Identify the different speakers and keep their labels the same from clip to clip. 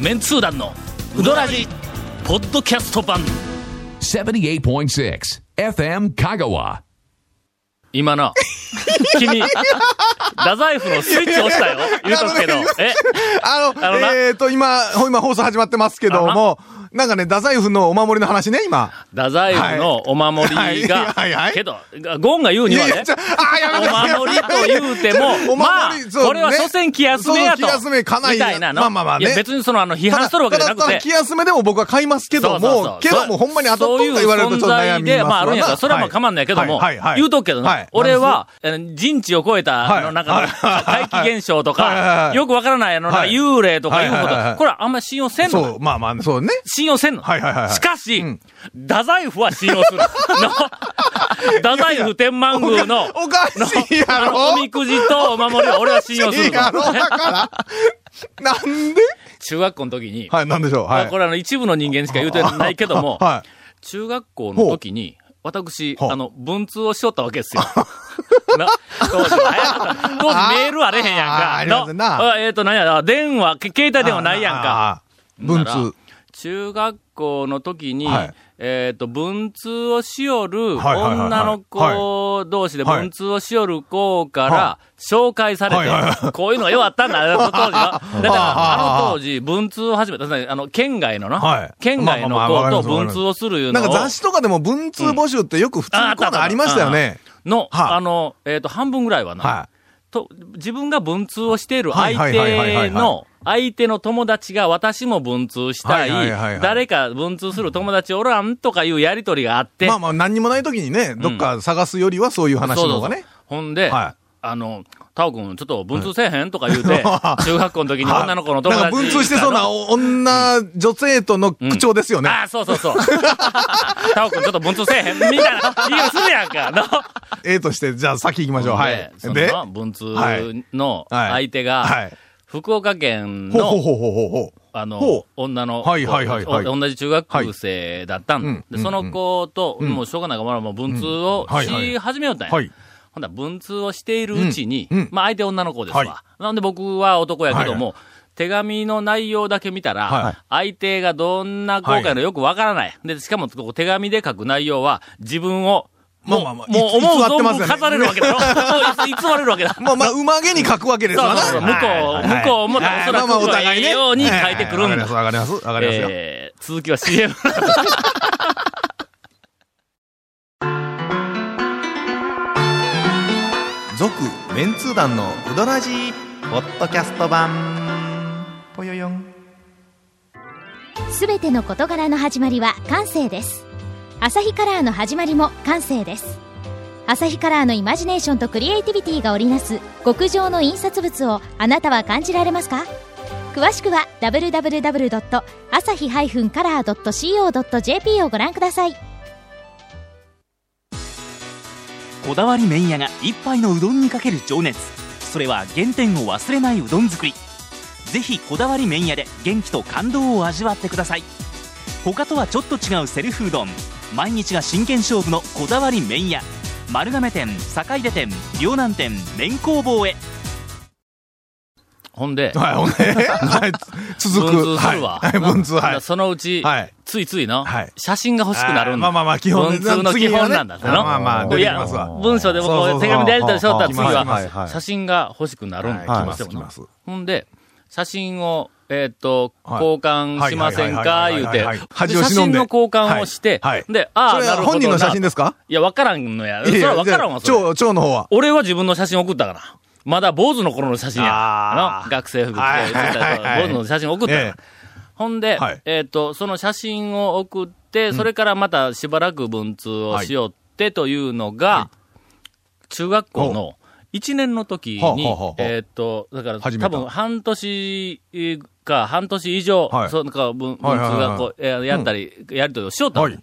Speaker 1: メンツー団のウドラジポッドキャスト版
Speaker 2: 78.6 FM Kagawa.
Speaker 1: 今 な君太宰府のスイッチ押 したよ言うとくけど
Speaker 3: いや
Speaker 1: え
Speaker 3: あの、
Speaker 1: あのな
Speaker 3: えっ、と、今、ほ今放送始まってますけども、なんかね、太宰府のお守りの話ね、今。
Speaker 1: 太宰府のお守りが、
Speaker 3: はいはいはい
Speaker 1: けどゴンが言う
Speaker 3: い
Speaker 1: には
Speaker 3: やい
Speaker 1: ね
Speaker 3: や、ちょあー、やめて
Speaker 1: お守りと言うて
Speaker 3: お守
Speaker 1: も、
Speaker 3: り
Speaker 1: まあ、
Speaker 3: そう
Speaker 1: これは所詮気休めやと。
Speaker 3: そう気休め家内
Speaker 1: みたいなの。
Speaker 3: まあまあまあね
Speaker 1: いや別にその、あの、批
Speaker 3: た
Speaker 1: 判
Speaker 3: だ
Speaker 1: しとるわけじゃなく
Speaker 3: た
Speaker 1: て
Speaker 3: だ。気休めでも僕は買いますけども、
Speaker 1: そうそうそう
Speaker 3: けどもほんまに当たっとんか言われるとちょっと悩みますわな
Speaker 1: そういう存在で、まああるんやから、それはまあ構わんないけども、
Speaker 3: はいはいはい
Speaker 1: 言うとくけどな、
Speaker 3: はい
Speaker 1: 俺は、あの人知を超えた、あの、
Speaker 3: はい
Speaker 1: なんか、
Speaker 3: はい
Speaker 1: 怪奇現象と
Speaker 3: はいはいは
Speaker 1: か、
Speaker 3: い
Speaker 1: よくわからない、あの、なんか
Speaker 3: はい
Speaker 1: 幽霊とかいうこ
Speaker 3: はいはいはいは
Speaker 1: と、
Speaker 3: い
Speaker 1: これはあんま信用せんの
Speaker 3: そ
Speaker 1: な
Speaker 3: う、まあまあ、そうね。
Speaker 1: 信用せんの。
Speaker 3: はいはいはいはい
Speaker 1: しかし、
Speaker 3: うん
Speaker 1: 太宰府は信用す る。の 太宰府天満宮の、
Speaker 3: おかしいや
Speaker 1: あの、
Speaker 3: ろ
Speaker 1: おみくじとお守りは俺は信用す
Speaker 3: い
Speaker 1: る
Speaker 3: いやろ
Speaker 1: の。
Speaker 3: だから、なんで
Speaker 1: 中学校の時に、
Speaker 3: はい、なんでしょう。
Speaker 1: ま
Speaker 3: は
Speaker 1: あ
Speaker 3: い。
Speaker 1: これあの一部の人間しか言うてないけども、
Speaker 3: は
Speaker 1: 中学校の時に、私、
Speaker 3: ほう
Speaker 1: あの、文通をしとったわけですよ。な当時、早かった当時メールあれへんやん
Speaker 3: あーあ
Speaker 1: か
Speaker 3: りませんな
Speaker 1: の。あえっ、と、なんや、電話、け携帯
Speaker 3: い。
Speaker 1: 電話ないやんか。
Speaker 3: か。
Speaker 1: な
Speaker 3: 文
Speaker 1: ら
Speaker 3: 通。
Speaker 1: 中学校の時に、
Speaker 3: はい
Speaker 1: えっ、と、文通をしよる
Speaker 3: はいはいはいはい
Speaker 1: 女の子同士で
Speaker 3: はい
Speaker 1: 文通をしよる子から
Speaker 3: は
Speaker 1: 紹介されて、
Speaker 3: はいはいは
Speaker 1: こういうのよかったんだ、その当 時は。だから、
Speaker 3: あ
Speaker 1: あの当時、文通を始めた、あの、県外のな、
Speaker 3: はい
Speaker 1: 県外の
Speaker 3: まあまあまあわ
Speaker 1: 子
Speaker 3: かり
Speaker 1: と
Speaker 3: ま
Speaker 1: 文
Speaker 3: す
Speaker 1: 通をするいう
Speaker 3: な
Speaker 1: の
Speaker 3: ん
Speaker 1: を、
Speaker 3: か雑誌とかでも文通募集ってよく普通にコーナーありましたよね。
Speaker 1: の、
Speaker 3: は
Speaker 1: あ、
Speaker 3: あ
Speaker 1: の、えっ、と、半分ぐらいはな、
Speaker 3: は
Speaker 1: と、自分が文通をしている
Speaker 3: はい
Speaker 1: 相
Speaker 3: はいはいはいは
Speaker 1: 手
Speaker 3: いは
Speaker 1: の、相手の友達が私も文通したい,、
Speaker 3: はいはいはいはい
Speaker 1: 誰か文通する友達おらんとかいうやりとりがあって、
Speaker 3: い。まあまあ、何にもない時にね、どっか探すよりはそういう話
Speaker 1: そう
Speaker 3: の
Speaker 1: そ
Speaker 3: 方
Speaker 1: う
Speaker 3: がね。
Speaker 1: ほんで、
Speaker 3: は
Speaker 1: あの、タオ君、ちょっと文通せえへんとか言うて、中学校の時 に女の子の友達
Speaker 3: なんか文通してそうなお女、女性との口調ですよね。
Speaker 1: ああ、そうそう そう。タオ君、ちょっと文通せえへんみ たいな言い方するやんか。の
Speaker 3: A として、じゃあ先行きましょう。は
Speaker 1: で
Speaker 3: い、。
Speaker 1: そ
Speaker 3: で、
Speaker 1: の文通の相手
Speaker 3: は
Speaker 1: が
Speaker 3: い、。
Speaker 1: 福岡県
Speaker 3: ほうほう
Speaker 1: の、
Speaker 3: ほうほうほうほう。
Speaker 1: あの
Speaker 3: ほ、
Speaker 1: 女の子、
Speaker 3: はいはいはいはい
Speaker 1: お同じ中学生だったん
Speaker 3: はいうん
Speaker 1: で、
Speaker 3: うん
Speaker 1: その子と、
Speaker 3: ん
Speaker 1: もうしょうがないから、もう文通を
Speaker 3: うんはいはい
Speaker 1: し始めよったんや。
Speaker 3: はい。
Speaker 1: ほんだら文通をしているうちに、
Speaker 3: うんうん
Speaker 1: まあ相手女の子ですわ。
Speaker 3: はい
Speaker 1: なんで僕は男やけども、
Speaker 3: は
Speaker 1: 手紙の内容だけ見たら、
Speaker 3: はい
Speaker 1: 相手がどんな後悔のよくわからない。で、しかもこう手紙で書く内容は、自分を、もう、
Speaker 3: まあまあまあ
Speaker 1: もう
Speaker 3: い
Speaker 1: 思う
Speaker 3: 偽ってま
Speaker 1: 存分
Speaker 3: すよね
Speaker 1: 飾れるわけだろ。そうい偽れるわけだ。
Speaker 3: まあまあ、うまげに書くわけです
Speaker 1: そう
Speaker 3: わな。
Speaker 1: そうそう向こう、向こうもおそらく
Speaker 3: まあまあお互いね
Speaker 1: ええように書いてくるんだ。
Speaker 3: わかります、わかります。わかりますよ。
Speaker 1: えー続きは CM。
Speaker 3: 続、メンツー団のうどらじポッドキャスト版。ぽよよん。
Speaker 4: すべての事柄の始まりは感性ですアサヒカラーの始まりも感性ですアサヒカラーのイマジネーションとクリエイティビティが織りなす極上の印刷物をあなたは感じられますか詳しくは www.asahi-color.co.jp をご覧ください
Speaker 5: こだわり麺屋が一杯のうどんにかける情熱それは原点を忘れないうどん作りぜひこだわり麺屋で元気と感動を味わってください他とはちょっと違うセルフうどん毎日が真剣勝負のこだわり麺屋丸亀店坂出店両南店麺工房へ
Speaker 1: ほんで、
Speaker 3: はい、ほんで、はい、つ続く。
Speaker 1: 文通するわ。
Speaker 3: はいはい、文通、はい。
Speaker 1: そのうち、
Speaker 3: はい
Speaker 1: ついついの、
Speaker 3: はい
Speaker 1: 写真が欲しくなるんだ。
Speaker 3: あーまあまあまあ基本
Speaker 1: 文通の基本なんだ。
Speaker 3: 次はねまあまあ
Speaker 1: い
Speaker 3: 出てき
Speaker 1: や
Speaker 3: ますわ
Speaker 1: 文章で僕
Speaker 3: そうそうそ、う
Speaker 1: 手紙でやりたりしとったら
Speaker 3: あー
Speaker 1: 次は、
Speaker 3: 来ます来ます
Speaker 1: 写真が欲しくなるんだ。
Speaker 3: は
Speaker 1: ど
Speaker 3: い来
Speaker 1: う
Speaker 3: ま
Speaker 1: して
Speaker 3: す
Speaker 1: も
Speaker 3: 来
Speaker 1: な
Speaker 3: ます
Speaker 1: ほんで、写真を、えーっと、
Speaker 3: はい
Speaker 1: 交換しませんか
Speaker 3: はい
Speaker 1: 言う
Speaker 3: はい
Speaker 1: て
Speaker 3: はいはいはいはい。
Speaker 1: で
Speaker 3: 恥を
Speaker 1: 写
Speaker 3: 忍
Speaker 1: 真
Speaker 3: んで
Speaker 1: の交換をして
Speaker 3: はいはい、
Speaker 1: で、あ
Speaker 3: そ
Speaker 1: あ、
Speaker 3: れ
Speaker 1: な
Speaker 3: は
Speaker 1: るほどな。
Speaker 3: 本人の写真ですか
Speaker 1: いや、わからんのや。そ
Speaker 3: いやい
Speaker 1: れ
Speaker 3: や
Speaker 1: はわからんわ、それ。
Speaker 3: 蝶、蝶の方は。
Speaker 1: 俺は自分の写真送ったから。まだ坊主の頃の写真や。
Speaker 3: あ
Speaker 1: あ
Speaker 3: ー
Speaker 1: の、学生服着て、
Speaker 3: はい
Speaker 1: 坊
Speaker 3: はいはい
Speaker 1: 主の写真送ったから
Speaker 3: え。
Speaker 1: ほんで、
Speaker 3: はい
Speaker 1: えっ、と、その写真を送って、それからまたしばらく文通をしよってというのが、中学校の1年の時に、
Speaker 3: ほうほうほうほう
Speaker 1: えっ、と、だから
Speaker 3: 始め
Speaker 1: 多
Speaker 3: た
Speaker 1: 分半年か半年以上、
Speaker 3: はい
Speaker 1: そのか文文通
Speaker 3: はいはいはい
Speaker 1: 学校えーやったり、やりとりをしよった
Speaker 3: え
Speaker 1: の、
Speaker 3: はい。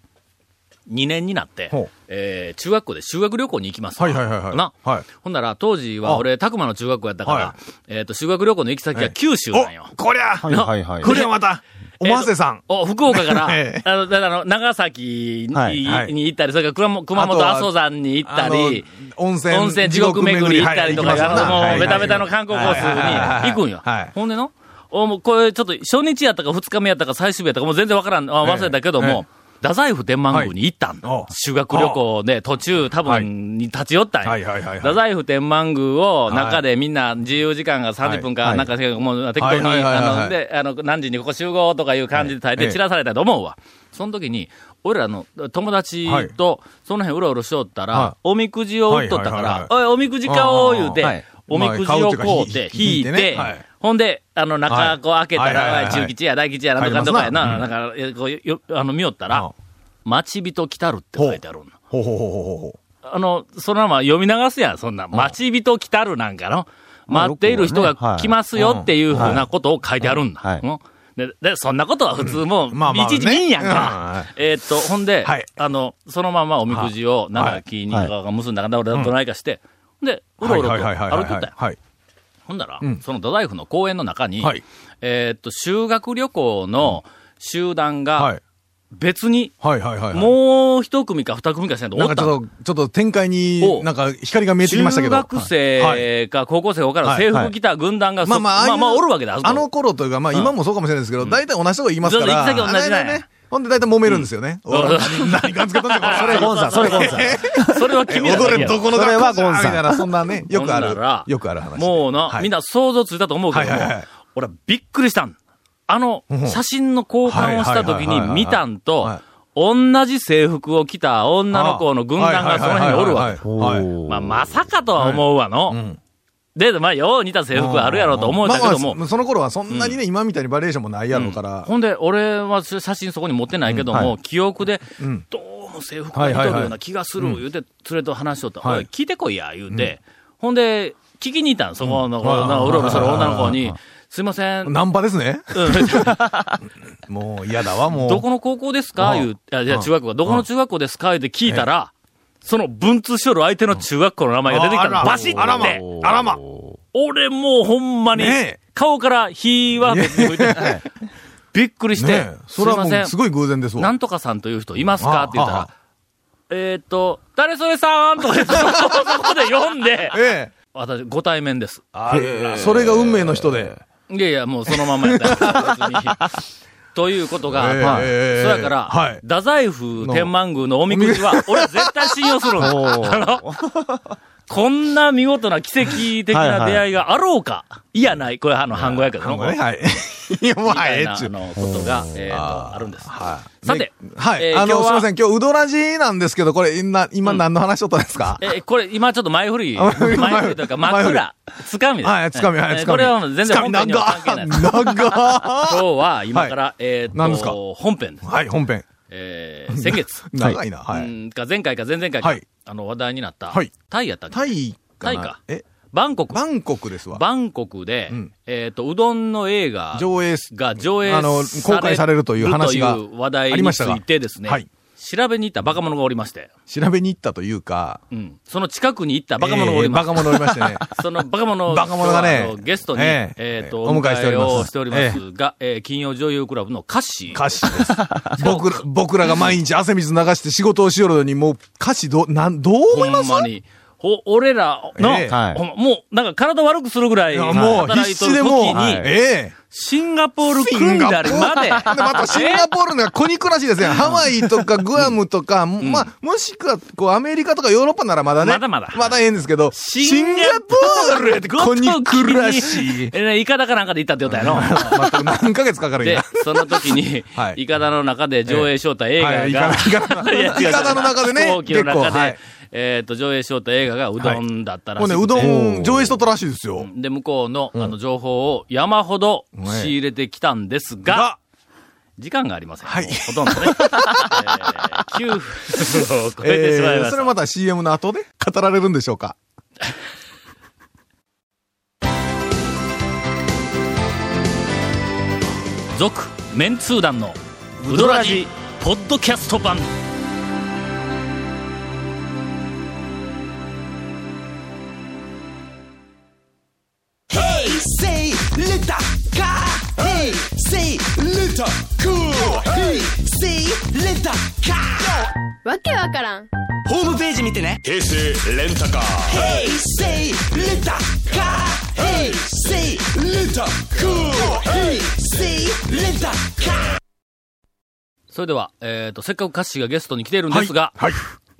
Speaker 1: 2年になって
Speaker 3: ほう、
Speaker 1: えー中学校で修学旅行に行きますわ。
Speaker 3: はいはいはいはい。
Speaker 1: な。
Speaker 3: はい。
Speaker 1: ほんなら、当時は
Speaker 3: あ
Speaker 1: 俺、たくまの中学校やったから、
Speaker 3: は
Speaker 1: えっ、と、修学旅行の行き先が九州なんよ。
Speaker 3: お、こりゃ、
Speaker 6: はいはいはい。
Speaker 3: こりゃまた、おませさん。
Speaker 1: お、福岡から、
Speaker 3: ええ
Speaker 1: あの、だからあの、長崎に,、
Speaker 6: はい
Speaker 3: はい
Speaker 1: に行ったり、それから熊熊
Speaker 3: あと
Speaker 1: 本
Speaker 3: は
Speaker 1: 阿蘇山に行った
Speaker 3: あの
Speaker 1: り、、
Speaker 3: 温泉、
Speaker 1: 温泉地獄巡り行ったりとか、
Speaker 3: はい行きます
Speaker 1: あの
Speaker 3: わな
Speaker 1: もう、ベタベタの
Speaker 3: はい
Speaker 1: 観光コースに行くんよ
Speaker 3: はいはいはいはい。
Speaker 1: ほんでの、おもうこれちょっと初日やったか二日目やったか最終日やったかもう全然わからん、あ忘れたけども、太宰府天満宮に行ったん、
Speaker 3: はいあ
Speaker 1: 修学旅行で途中多
Speaker 3: はい
Speaker 1: 分に立ち寄ったんや。
Speaker 3: はいはいはいはい
Speaker 1: 太宰府天満宮を中でみんな自由時間が30分
Speaker 3: は
Speaker 1: か
Speaker 3: い
Speaker 1: なんかしかもう適当に、
Speaker 3: はいはいはいはい
Speaker 1: あ
Speaker 3: はい
Speaker 1: の、で、あの、何時にここ集合とかいう感じで大
Speaker 3: え
Speaker 1: 抵
Speaker 3: え
Speaker 1: 散らされたと思うわ。その時に、俺らの友達と、その辺うろうろしとったら
Speaker 3: は、
Speaker 1: おみくじを売っとったか
Speaker 3: はいはい
Speaker 1: ら
Speaker 3: は、い
Speaker 1: おい、おみくじ買おう言う
Speaker 3: ああ
Speaker 1: て
Speaker 3: はい、
Speaker 1: おみくじをこうて、引
Speaker 3: まあ
Speaker 1: い
Speaker 3: 買うってい
Speaker 1: て
Speaker 3: うか引いてねはい、
Speaker 1: ほんで、あの、中、こう開けた
Speaker 3: はいはいはい
Speaker 1: ら、
Speaker 3: はい
Speaker 1: 中吉や大吉や、なんとかんとかやな、
Speaker 3: 入り
Speaker 1: なんか、えこう、よ、あの、見よった
Speaker 3: あ
Speaker 1: ら
Speaker 3: あ、
Speaker 1: 待ち人来たるって書いてあるの。
Speaker 3: ほうほうほうほうほう。
Speaker 1: あの、そのまま読み流すやん、そんな。待ち人来たるなんかの。待っている人が来ますよっていうふうなことを書いてあるんだ。うんでで、そんなことは普通もう、
Speaker 3: まあまあね
Speaker 1: いちいち見んやん
Speaker 3: うん
Speaker 1: か
Speaker 3: は。
Speaker 1: えーっと、ほんで
Speaker 3: はい、
Speaker 1: あの、そのままおみくじを、なん
Speaker 3: は
Speaker 1: か
Speaker 3: い
Speaker 1: 木にか結んだかな、俺どないかして、で、うろうろと歩いとったよ。
Speaker 3: はい。
Speaker 1: ほんなら
Speaker 3: ん、
Speaker 1: その太宰府の公園の中に
Speaker 3: はい、
Speaker 1: えーっと、修学旅行の集団
Speaker 3: は
Speaker 1: が
Speaker 3: い。
Speaker 1: 別に、
Speaker 3: はいはいはい。う、
Speaker 1: もう一組か二組かしないと
Speaker 3: な
Speaker 1: お
Speaker 3: ん
Speaker 1: っ
Speaker 3: か
Speaker 1: た
Speaker 3: ち
Speaker 1: の
Speaker 3: ょっと、ちょっと展開
Speaker 1: お
Speaker 3: に、なんか光が見えてきましたけど。
Speaker 1: 中学
Speaker 3: は
Speaker 1: 生
Speaker 3: い
Speaker 1: か高校生から制服着た軍団がそ、
Speaker 3: まあまあ、ああいう
Speaker 1: まあまあおるわけだ、
Speaker 3: あの頃というか、まあ今もそうかもしれないですけど、大体同じ人が言いますから。
Speaker 1: ずっと行き先同じなんや
Speaker 3: あれね。ほんで大体揉めるんですよね。
Speaker 1: ん
Speaker 3: おい何かつけと んねんこれ
Speaker 7: それゴンさん、それゴンさん。
Speaker 1: それは君らだ
Speaker 3: 踊
Speaker 1: け
Speaker 3: れ
Speaker 1: や
Speaker 3: どこの学校
Speaker 7: それはゴンさん
Speaker 3: みたいな、そんなね、よく
Speaker 1: ほ
Speaker 3: あ
Speaker 1: んなら
Speaker 3: る、よくある話。
Speaker 1: もうな、
Speaker 3: はい
Speaker 1: みんな想像ついたと思うけども、
Speaker 3: はいはいはい
Speaker 1: 俺はびっくりしたん。あの、
Speaker 3: ん
Speaker 1: 写真の交換をした時
Speaker 3: はいはいはい
Speaker 1: に
Speaker 3: はいはい
Speaker 1: 見たんと
Speaker 3: はい、
Speaker 1: 同じ制服を着た女の子の軍団がその辺におるわけ。
Speaker 3: け。はいはいはいはい
Speaker 1: まあ、まさかとは思うわの。
Speaker 3: ん
Speaker 1: で、まあ、よう似た制服あるやろうと思うたけども、
Speaker 3: まあまあその頃はそんなにね、今みたいにバリエーションもないやろうから。
Speaker 1: ほんで、俺は写真そこに持ってないけども、記憶で、
Speaker 3: ん
Speaker 1: どうも制服が似とるような気がする、言うて、連れと話しとった。
Speaker 3: はい
Speaker 1: おい、聞いてこいや、言うて。ほんで、聞きに行ったん、そこの、う
Speaker 3: はい
Speaker 1: のうろうろする女の子
Speaker 3: はい
Speaker 1: に、すいません、
Speaker 3: ナンパですね。
Speaker 1: うん
Speaker 3: もう嫌だわ、もう。
Speaker 1: どこの高校ですか
Speaker 3: うん
Speaker 1: 言う、あいや、
Speaker 3: うん
Speaker 1: 中学校、どこの中学校ですか言うて聞いたら、その文通しよる相手の中学校の名前が出てきたの、
Speaker 3: あら
Speaker 1: バシッ
Speaker 3: あらま
Speaker 1: て。
Speaker 3: あらま。
Speaker 1: 俺もうほんまに
Speaker 3: ねえ、
Speaker 1: 顔から火は別に吹いて、びっくりして、
Speaker 3: ねえ
Speaker 1: す
Speaker 3: そ
Speaker 1: い
Speaker 3: れは
Speaker 1: ま
Speaker 3: も
Speaker 1: せん
Speaker 3: う、すごい偶然ですわ。
Speaker 1: なんとかさんという人いますか
Speaker 3: あ
Speaker 1: って言った
Speaker 3: あ
Speaker 1: ら
Speaker 3: あ、
Speaker 1: えーっと、誰それさんとか言って、そこそこで読んで、
Speaker 3: ええ
Speaker 1: 私、ご対面です。
Speaker 3: あれ。それが運命の人で。
Speaker 1: いやいや、もうそのままやったよ別にということが、
Speaker 3: ええ
Speaker 1: まあ
Speaker 3: ええ
Speaker 1: そやから、
Speaker 3: はい
Speaker 1: 太宰府天満宮のおみくじは、俺は絶対信用するん だあの。こんな見事な奇跡的な出会いがあろうか、いやない、これあの、半語やけど
Speaker 3: な
Speaker 1: も、
Speaker 3: んかね、はい。 いや、もう
Speaker 1: みた
Speaker 3: え
Speaker 1: い
Speaker 3: え
Speaker 1: な
Speaker 3: っちゅ
Speaker 1: あ
Speaker 3: う。
Speaker 1: のことが、えーっとあるんです。
Speaker 3: はい。
Speaker 1: さて
Speaker 3: ねはい。
Speaker 1: えー
Speaker 3: あ
Speaker 1: 今日
Speaker 3: の、
Speaker 1: は
Speaker 3: すみません。今日、ウドラジなんですけど、これ、今、今何の話しとったんですか
Speaker 1: えーこれ、今ちょっと前振り、前
Speaker 3: 前振り
Speaker 1: 振りというか、
Speaker 3: 前振り
Speaker 1: 枕、つかみです。
Speaker 3: はい、つかみ、はい、
Speaker 1: えー
Speaker 3: つかみ。
Speaker 1: これはもう全然本編には関係ないです。
Speaker 3: つかみ長っ長
Speaker 1: 今
Speaker 3: っ
Speaker 1: 日は今から、えー
Speaker 3: 何で
Speaker 1: っ
Speaker 3: すか
Speaker 1: と、本編です。
Speaker 3: はい、本編。
Speaker 1: えー先月、
Speaker 3: 長いな、は
Speaker 1: う
Speaker 3: い。
Speaker 1: んか前回か前々回か、
Speaker 3: はい
Speaker 1: あの話題になった、
Speaker 3: はい
Speaker 1: タイやったっけ
Speaker 3: タイかな
Speaker 1: タイか
Speaker 3: え、
Speaker 1: バンコク。
Speaker 3: バンコクですわ。
Speaker 1: バンコクで、
Speaker 3: うん
Speaker 1: えーっと、うどんの映画
Speaker 3: 上映す
Speaker 1: が上映
Speaker 3: あの公開されるという話が
Speaker 1: という話題
Speaker 3: あり
Speaker 1: に
Speaker 3: ま
Speaker 1: つ
Speaker 3: したが
Speaker 1: いてですね、
Speaker 3: はい
Speaker 1: 調べに行ったバカ者がおりまして、
Speaker 3: 調べに行ったというか、
Speaker 1: うんその近くに行ったバカ者がおり
Speaker 3: えー
Speaker 1: まし
Speaker 3: バ
Speaker 1: て
Speaker 3: カ者おりまして ね。
Speaker 1: そのバカ者を
Speaker 3: バカ者がね
Speaker 1: 今日はあのゲストに、え
Speaker 3: え
Speaker 1: っ
Speaker 3: え
Speaker 1: と、
Speaker 3: お迎えしております
Speaker 1: お迎をしておりますが、えー金曜女優クラブの歌詞。
Speaker 3: 歌詞です。僕ら、僕らが毎日汗水流して仕事をしよるのに、もう歌詞どう、なん、どう思
Speaker 1: ほ
Speaker 3: います
Speaker 1: んまに。ほ、俺らの、
Speaker 3: ええ
Speaker 7: はい
Speaker 1: ほんまもう、なんか体悪くするぐらい、
Speaker 3: いやもう
Speaker 1: 働
Speaker 3: 必
Speaker 1: いとる
Speaker 3: 死でも
Speaker 1: 時
Speaker 3: う、
Speaker 1: に、
Speaker 3: ええ。
Speaker 1: シンガポール
Speaker 3: シ
Speaker 1: 組
Speaker 3: ン
Speaker 1: ん
Speaker 3: ガポ
Speaker 1: だ
Speaker 3: ー
Speaker 1: り
Speaker 3: ル
Speaker 1: まで、
Speaker 3: で、またシンガポールの小肉らしいですね。ハワイとかグアムとか、まあ、もしくは、こう、アメリカとかヨーロッパならまだね。
Speaker 1: まだまだ
Speaker 3: まだええんですけど、シンガポールって小肉らしい。
Speaker 1: えー、イカダかなんかで行ったって言った やろ。
Speaker 3: 全く何ヶ月かかるん
Speaker 1: で
Speaker 3: や。、
Speaker 1: その時に、
Speaker 3: はい
Speaker 1: イカダの中で上映しよった映画が、
Speaker 3: はいイカダの
Speaker 1: いや違う違う
Speaker 3: イカダの中でね
Speaker 1: 飛行機の中で、
Speaker 3: 結構はい
Speaker 1: えっ、と、上映しよった映画がうどんだったらし
Speaker 3: もう
Speaker 1: くて
Speaker 3: ね、うどん上映しとったらしいですよ。
Speaker 1: で、向こうの、あの、情報を山ほど仕入れてきたんですが、時間がありません。
Speaker 3: はい
Speaker 1: もうほとんどね。えー9分を超えてしまいま
Speaker 3: ー
Speaker 1: した。
Speaker 3: それはまた CM の後で語られるんでしょうか。
Speaker 1: 続、メンツー団の、ウドラジ、ポッドキャスト版。
Speaker 8: Say Luta Ka Hey Say Luta Cool Hey Say Luta Ka
Speaker 9: わけわからん
Speaker 8: ホームページ見てね平成レンタカー Hey Say Luta Ka Hey Hey, say, little cool. Hey, say, little car.
Speaker 1: それでは、えっ、と、せっかくカッシーがゲストに来ているんですが、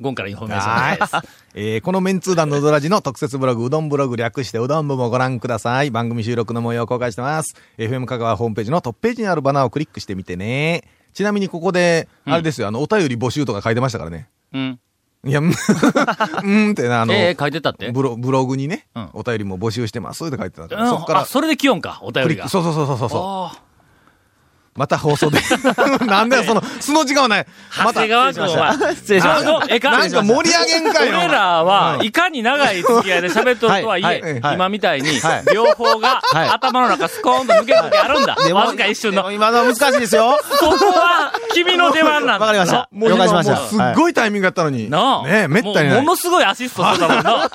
Speaker 1: ゴンからインフォメーションです。
Speaker 3: えーこのメンツー団のうどらじの特設ブログ、うどんブログ略してうどん部もご覧ください。番組収録の模様を公開してます。FM 香川ホームページのトップページにあるバナーをクリックしてみてね。ちなみにここで、あれですよ、あの、お便り募集とか書いてましたからね。
Speaker 1: うん。
Speaker 3: いや、うん うんってな、あの、
Speaker 1: えー書いてたって
Speaker 3: ブロブログにね、
Speaker 1: うん
Speaker 3: お便りも募集してますって書いてたか
Speaker 1: う
Speaker 3: ら、
Speaker 1: ん
Speaker 3: そこから
Speaker 1: あ、それで来よんか、お便
Speaker 3: ク
Speaker 1: り
Speaker 3: リ
Speaker 1: が。
Speaker 3: ック、そうそうそうそうそ
Speaker 1: あー
Speaker 3: う。また 放送で。なんだよ、その、素の時間はない。ま
Speaker 1: 長
Speaker 3: た
Speaker 1: 谷。川君は、失礼しました。ええか
Speaker 3: なんか盛り上げんか
Speaker 1: 俺
Speaker 3: よ。
Speaker 1: らは、いかに長い付き合いで喋っとるとはいえ、
Speaker 7: はいはいはい
Speaker 1: 今みたいに
Speaker 7: はい、
Speaker 1: 両方が
Speaker 7: はい
Speaker 1: 頭の中スコーンと抜ける時あるんだ。 わずか一瞬の。
Speaker 7: 今のは難しいですよ。
Speaker 1: そこは、君の出番なんだ。
Speaker 7: わかりました。
Speaker 3: もう
Speaker 7: 了
Speaker 3: 今
Speaker 7: 解し
Speaker 3: もう
Speaker 7: まし。
Speaker 3: すったごいタイミングだったのに。
Speaker 1: なあ。
Speaker 3: ねえ、めった
Speaker 1: も
Speaker 3: にな
Speaker 1: う
Speaker 3: い
Speaker 1: も。のすごいアシストしてたもんな。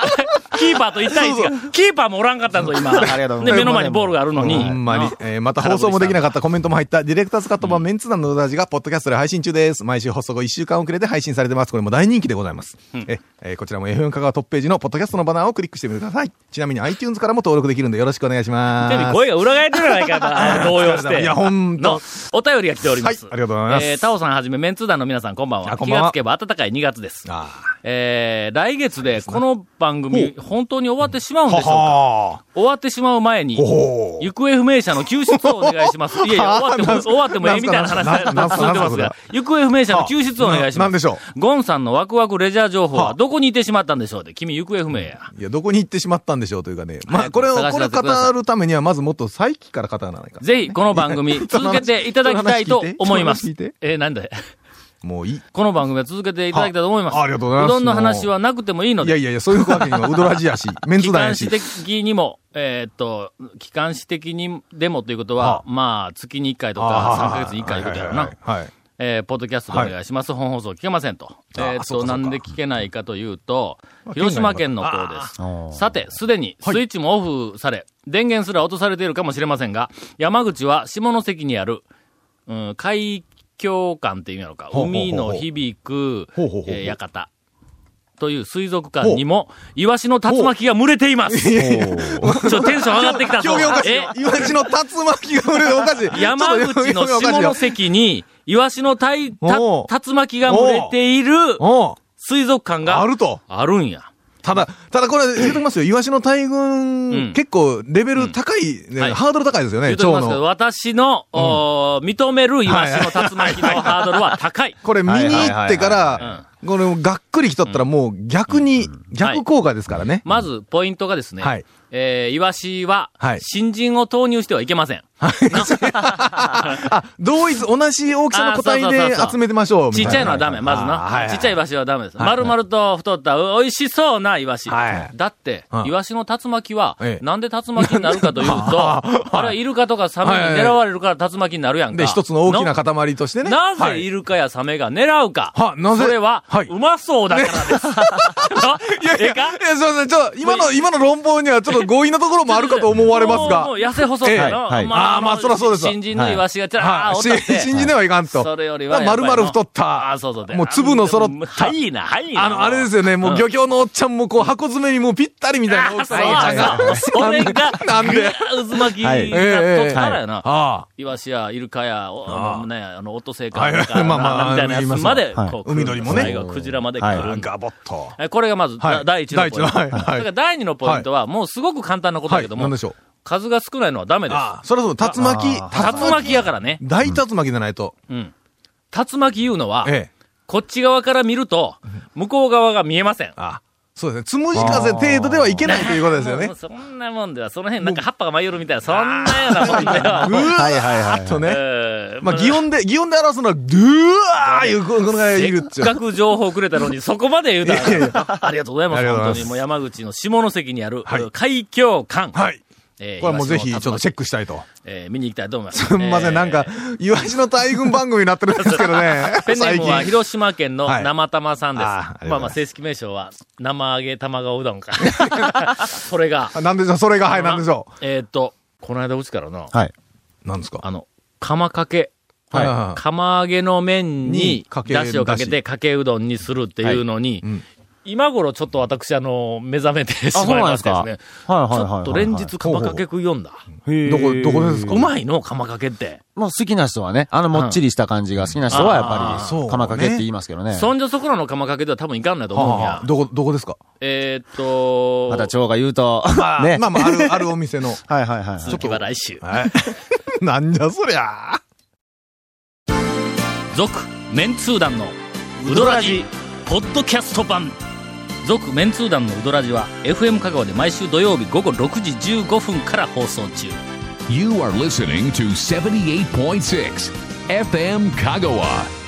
Speaker 1: キーパーと1対1が。キーパーもおらんかったぞ、今。
Speaker 7: ありがとうございます
Speaker 1: で、目の前にボールがあるのに。
Speaker 3: ほんまに
Speaker 1: な。
Speaker 3: えーまた放送もできなかったコメントも入った、ディレクターズカット版メンツ団のうどらじが、ポッドキャストで配信中です。毎週放送後1週間遅れで配信されてます。これも大人気でございます。ええーこちらも FM 香川トップページのポッドキャストのバナーをクリックしてみてください。ちなみに iTunes からも登録できるんでよろしくお願いしま
Speaker 1: テレビ
Speaker 3: す。
Speaker 1: 声が裏返ってるじゃないかな、動揺して。
Speaker 3: いやほんと
Speaker 1: のお便りが来ております。
Speaker 3: はいありがとうございます
Speaker 1: えータオさんはじめ、メンツー団の皆さん、こんばんは。
Speaker 3: あこんば
Speaker 1: 気
Speaker 3: んは
Speaker 1: がつけば暖かい2月です。
Speaker 3: あ
Speaker 1: えー来月でこの番組、本当に終わってしまうんでしょう
Speaker 3: ー
Speaker 1: か
Speaker 3: は
Speaker 1: 終わってしまう前に、
Speaker 3: ほ
Speaker 1: 行方不明者の救出をお願いし ます。いやいや、終わって
Speaker 3: なん
Speaker 1: も、
Speaker 3: す
Speaker 1: 終わってもええみたいな話
Speaker 3: なんすか
Speaker 1: が続い
Speaker 3: なんすか
Speaker 1: てます
Speaker 3: なん
Speaker 1: が
Speaker 3: す、
Speaker 1: 行方不明者の救出をお願いし
Speaker 3: な
Speaker 1: ま
Speaker 3: なん
Speaker 1: す。
Speaker 3: でしょ
Speaker 1: ゴンさんのワクワクレジャー情報
Speaker 3: は
Speaker 1: は
Speaker 3: あ
Speaker 1: どこにいてしまったんでしょうって、君行方不明や。
Speaker 3: う。いや、どこに行ってしまったんでしょうというかね。まあ、これを、
Speaker 1: 探し
Speaker 3: これ
Speaker 1: 出し
Speaker 3: を
Speaker 1: てください
Speaker 3: 語るためには、まずもっと再起から語らないかん。
Speaker 1: ぜひ、この番組、続けていただきたいと思いま
Speaker 3: ちょ
Speaker 1: す
Speaker 3: っと話聞いてちょっと話聞いて。
Speaker 1: えー、なんだよ
Speaker 3: もういい。
Speaker 1: この番組は続けていただきたいと思います。
Speaker 3: はあありがとうございます
Speaker 1: うどんの話はなくてもいいの
Speaker 3: いや
Speaker 1: で、
Speaker 3: いやいや、そういうわけには、うどらじやし、メン
Speaker 1: 機
Speaker 3: ツ団や
Speaker 1: 関
Speaker 3: し
Speaker 1: 士。的にも、えーっと、機関士的にでもということは、まあ、月に1回とか、3ヶ月に1回いうことやろな。
Speaker 3: はい。
Speaker 1: えーポッドキャストでお願いします。本放送聞けませんと。えーっと、
Speaker 3: そうかそう
Speaker 1: な
Speaker 3: か
Speaker 1: んで聞けないかというと、広島県の方です。さて、すでにスイッチもオフされ、電源すら落とされているかもしれませんが、山口は下関にある、うん、海峡館っていうんやろか、
Speaker 3: ほうほうほう
Speaker 1: 海の響く、
Speaker 3: ほうほうほうほう
Speaker 1: えー館。という水族館にも、イワシの竜巻が群れています。ちょっとテンション上がってきたぞ。
Speaker 3: 表現おかしい
Speaker 1: え
Speaker 3: よ。イワシの竜巻が群れるおかしい。
Speaker 1: 山口の下関に、イワシのたいた
Speaker 3: おう
Speaker 1: 竜巻が群れている
Speaker 3: の。
Speaker 1: 水族館
Speaker 3: うん。
Speaker 1: が
Speaker 3: あると。
Speaker 1: あるんや。
Speaker 3: ただ、ただこれ言うときますよ。イワシの大群、
Speaker 1: うん
Speaker 3: 結構レベル高い、ね
Speaker 1: はい
Speaker 3: ハードル高いですよ
Speaker 1: 言
Speaker 3: ね、
Speaker 1: うとき
Speaker 3: 蝶
Speaker 1: ますけど、
Speaker 3: の。
Speaker 1: 私の、おー認めるイワシの竜巻のハードルは高い。
Speaker 3: これ見に行ってか
Speaker 1: いはいはい
Speaker 3: ら、これがっくり来とったらもう逆に、逆効果ですからね。
Speaker 1: まず、ポイントがですね、
Speaker 3: はい
Speaker 1: えーイワシは
Speaker 3: はい、
Speaker 1: 新人を投入してはいけません。
Speaker 3: あ、同一、同じ大きさの個体
Speaker 1: あーそうそう
Speaker 3: で
Speaker 1: そうそう
Speaker 3: 集めてましょう。
Speaker 1: ち
Speaker 3: みた
Speaker 1: っ
Speaker 3: な
Speaker 1: ちゃいのはダメ、まず
Speaker 3: あーはい
Speaker 1: な。
Speaker 3: はい
Speaker 1: ちっちゃいイワシはダメです。丸々と太った、う美味しそうなイワシ
Speaker 3: は。い
Speaker 1: だって
Speaker 3: う、ん
Speaker 1: イワシの竜巻は
Speaker 3: え、え
Speaker 1: なんで竜巻になるか というと、あれはイルカとかサメに狙われるから竜巻になるやんか。
Speaker 3: で、一つの大きな塊としてね。
Speaker 1: な
Speaker 3: は
Speaker 1: ぜ
Speaker 3: い
Speaker 1: イルカやサメが狙うか。
Speaker 3: はなぜ
Speaker 1: それは
Speaker 3: はい、
Speaker 1: うまそうだからです。
Speaker 3: いやい
Speaker 1: ええ
Speaker 3: や、
Speaker 1: か
Speaker 3: いや、すいません。ちょっと、今の、今の論法にはちょっと強引なところもあるかと思われますが
Speaker 1: もう、もう。痩せ細くの
Speaker 3: ええ
Speaker 7: はい
Speaker 3: あーまあそらそうですわ
Speaker 1: 新人のイワシがちらー
Speaker 3: は
Speaker 1: おっ
Speaker 3: い。
Speaker 1: たって
Speaker 3: し信じねはいかんと。
Speaker 1: それよりは。
Speaker 3: 丸々太っ
Speaker 1: あ
Speaker 3: た。
Speaker 1: あ、そうそう。
Speaker 3: もう粒の揃った。
Speaker 1: はい、いいな、はい、いいな。
Speaker 3: あの、あれですよね。もう漁協のおっちゃんもこう箱詰めにもうぴったりみたいな大きさのおっちゃんが。
Speaker 1: そうそうそれが、
Speaker 3: な んで
Speaker 1: 渦巻きが
Speaker 7: はい
Speaker 1: 取ったらやな。
Speaker 3: あ
Speaker 1: イワシやイルカや、お
Speaker 3: ああ
Speaker 1: ね、あの、オットセイカ
Speaker 3: は
Speaker 1: と
Speaker 3: い
Speaker 1: か、
Speaker 3: まあまあ
Speaker 1: みたいなやつまで、
Speaker 7: 言います
Speaker 1: こ
Speaker 7: わ
Speaker 1: う、
Speaker 3: はい海鳥もね
Speaker 1: 最後クジラまで
Speaker 7: は
Speaker 1: 来
Speaker 7: い
Speaker 1: る
Speaker 3: あ。
Speaker 1: んだ。
Speaker 3: ガボッと。
Speaker 1: えこれがまず、
Speaker 3: はい
Speaker 1: 第一のポイント。
Speaker 3: 第一のはいはい
Speaker 1: だから第二のポイントは、もうすごく簡単なことだ
Speaker 3: は
Speaker 1: け
Speaker 3: い。
Speaker 1: ど
Speaker 3: な
Speaker 1: も、
Speaker 3: んでしょう。
Speaker 1: 数が少ないのはダメです。
Speaker 3: ああ、それはそう。竜巻。
Speaker 1: 竜
Speaker 3: 竜巻。
Speaker 1: 巻やからね。
Speaker 3: 大竜巻じゃないと。
Speaker 1: うん。竜巻いうのは、
Speaker 3: ええ。
Speaker 1: こっち側から見ると、向こう側が見えません。
Speaker 3: ああそうですね。つむじ風程度ではいけないということですよ
Speaker 1: も
Speaker 3: ね
Speaker 1: う。そんなもんでは、その辺なんか葉っぱが舞い寄るみたいな、そんなようなもんでは。
Speaker 3: うわ
Speaker 7: はいはいは
Speaker 3: ー
Speaker 7: い
Speaker 3: っ。とね。
Speaker 1: えー
Speaker 3: まあ、擬音で、擬音で表すのは、ドゥワーいう、このぐらいいるっ
Speaker 1: せ
Speaker 3: ちゅ
Speaker 1: っ
Speaker 3: う。
Speaker 1: かく情報くれたのに、そこまで言うた
Speaker 3: いやい
Speaker 1: ら、ありがとうございま
Speaker 3: あ
Speaker 1: す。
Speaker 3: りがとうござ
Speaker 1: 本
Speaker 3: います
Speaker 1: 当に、もう山口の下関にある、
Speaker 3: はい
Speaker 1: 海峡館。
Speaker 3: はい。
Speaker 1: えー
Speaker 3: これはもうぜひ、ちょっとチェ
Speaker 1: ック、
Speaker 3: ックしたいと。
Speaker 1: えー見に行きたいと思います。
Speaker 3: すんません、なんか
Speaker 1: えー、
Speaker 3: イワシの大群番組になってるんですけどね
Speaker 1: 。ペンネー
Speaker 3: 最
Speaker 1: ムは
Speaker 3: 近。
Speaker 1: 広島県の
Speaker 3: はい
Speaker 1: 生玉さんです。
Speaker 3: あーありがとうございます
Speaker 1: まあまあ正式名称は生揚げ玉がうどんか。 それが、
Speaker 3: あなんでしょう、それが、はい、なんでしょ
Speaker 1: えーっと、この間うちからの、
Speaker 7: はい。
Speaker 3: う。なんですか
Speaker 1: あの、釜かけ。
Speaker 3: はい
Speaker 1: 釜揚げの麺に
Speaker 3: に、かけ
Speaker 1: だしをかけ
Speaker 3: だ
Speaker 1: て、かけうどんにするっていうのに
Speaker 3: ん、
Speaker 1: 今頃ちょっと私、あの、目覚めてし
Speaker 7: あ、そう
Speaker 1: まい
Speaker 7: なん
Speaker 1: ま
Speaker 7: で
Speaker 1: し
Speaker 7: す
Speaker 1: た
Speaker 7: か。
Speaker 1: ですね。
Speaker 7: はい
Speaker 1: ち
Speaker 7: はいはいはい
Speaker 1: ょ
Speaker 7: はい。
Speaker 1: っと連日、釜かけ食い読んだ。
Speaker 7: へー、
Speaker 3: どこどこですか
Speaker 1: うまいの、釜かけって。
Speaker 7: まあ好きな人はね、あのもっちりした感じが好きな人はやっ
Speaker 1: あー
Speaker 7: ぱ
Speaker 3: そうね
Speaker 7: り、釜かけって言いますけどね。
Speaker 1: そんじょそこらの釜かけでは多分いかんないと思うん
Speaker 3: は
Speaker 1: や
Speaker 3: あ。どこ、どこですか
Speaker 1: えーっと、
Speaker 7: また蝶が言うと、
Speaker 3: あ
Speaker 7: ね。
Speaker 3: まあまあ、ある、あるお店の。
Speaker 7: はいはいはい。
Speaker 1: 続きは来週。
Speaker 3: はい。なんじゃそりゃあ
Speaker 1: 続、メンツー団のウドラジ、ポッドキャスト版。続、メンツー団のウドラジは、FM 香川で毎週土曜日午後6時15分から放送中。
Speaker 2: You are listening to 78.6 FM Kagawa.